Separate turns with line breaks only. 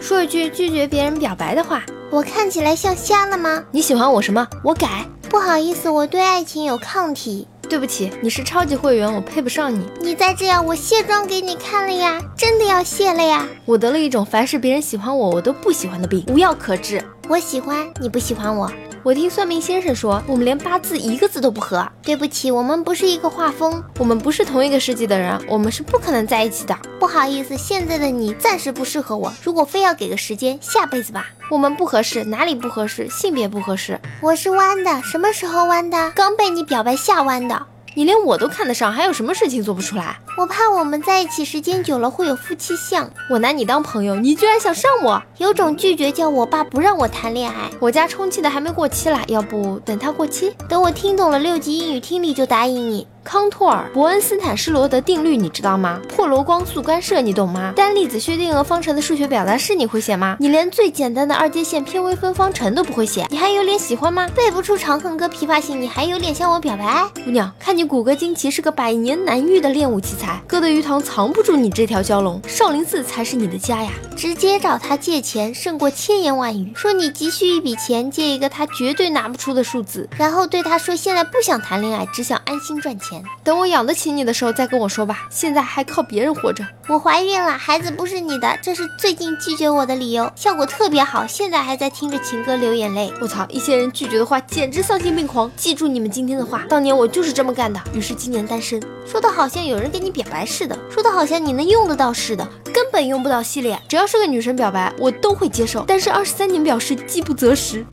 说一句拒绝别人表白的话。
我看起来像瞎了吗？
你喜欢我什么？我改。
不好意思，我对爱情有抗体。
对不起，你是超级会员，我配不上你。
你再这样，我卸妆给你看了呀！真的要卸了呀！
我得了一种凡是别人喜欢我，我都不喜欢的病，无药可治。
我喜欢你不喜欢我，
我听算命先生说，我们连八字一个字都不合，
对不起，我们不是一个画风。
我们不是同一个世纪的人，我们是不可能在一起的。
不好意思，现在的你暂时不适合我。如果非要给个时间，下辈子吧。
我们不合适，哪里不合适？性别不合适。
我是弯的，什么时候弯的？刚被你表白吓弯的。
你连我都看得上，还有什么事情做不出来？
我怕我们在一起时间久了会有夫妻相。
我拿你当朋友，你居然想上我？
有种拒绝叫我爸不让我谈恋爱。
我家充气的还没过期啦，要不等它过期？
等我听懂了六级英语听力就答应你。
康托尔、伯恩斯坦施罗德定律你知道吗？破罗光速干涉你懂吗？单粒子薛定谔方程的数学表达式你会写吗？你连最简单的二阶线偏微分方程都不会写，你还有脸喜欢吗？
背不出《长恨歌》《琵琶行》，你还有脸向我表白？
姑娘，看你骨骼惊奇，是个百年难遇的练武奇才，哥德鱼塘藏不住你这条蛟龙，少林寺才是你的家呀！
直接找他借钱胜过千言万语，说你急需一笔钱，借一个他绝对拿不出的数字，然后对他说现在不想谈恋爱，只想安心赚钱。
等我养得起你的时候再跟我说吧，现在还靠别人活着。
我怀孕了，孩子不是你的，这是最近拒绝我的理由，效果特别好，现在还在听着情歌流眼泪。
我操，一些人拒绝的话简直丧心病狂。记住你们今天的话，当年我就是这么干的，于是今年单身。
嗯说的好像有人给你表白似的，说的好像你能用得到似的，根本用不到系列。
只要是个女生表白，我都会接受，但是二十三年表示饥不择食。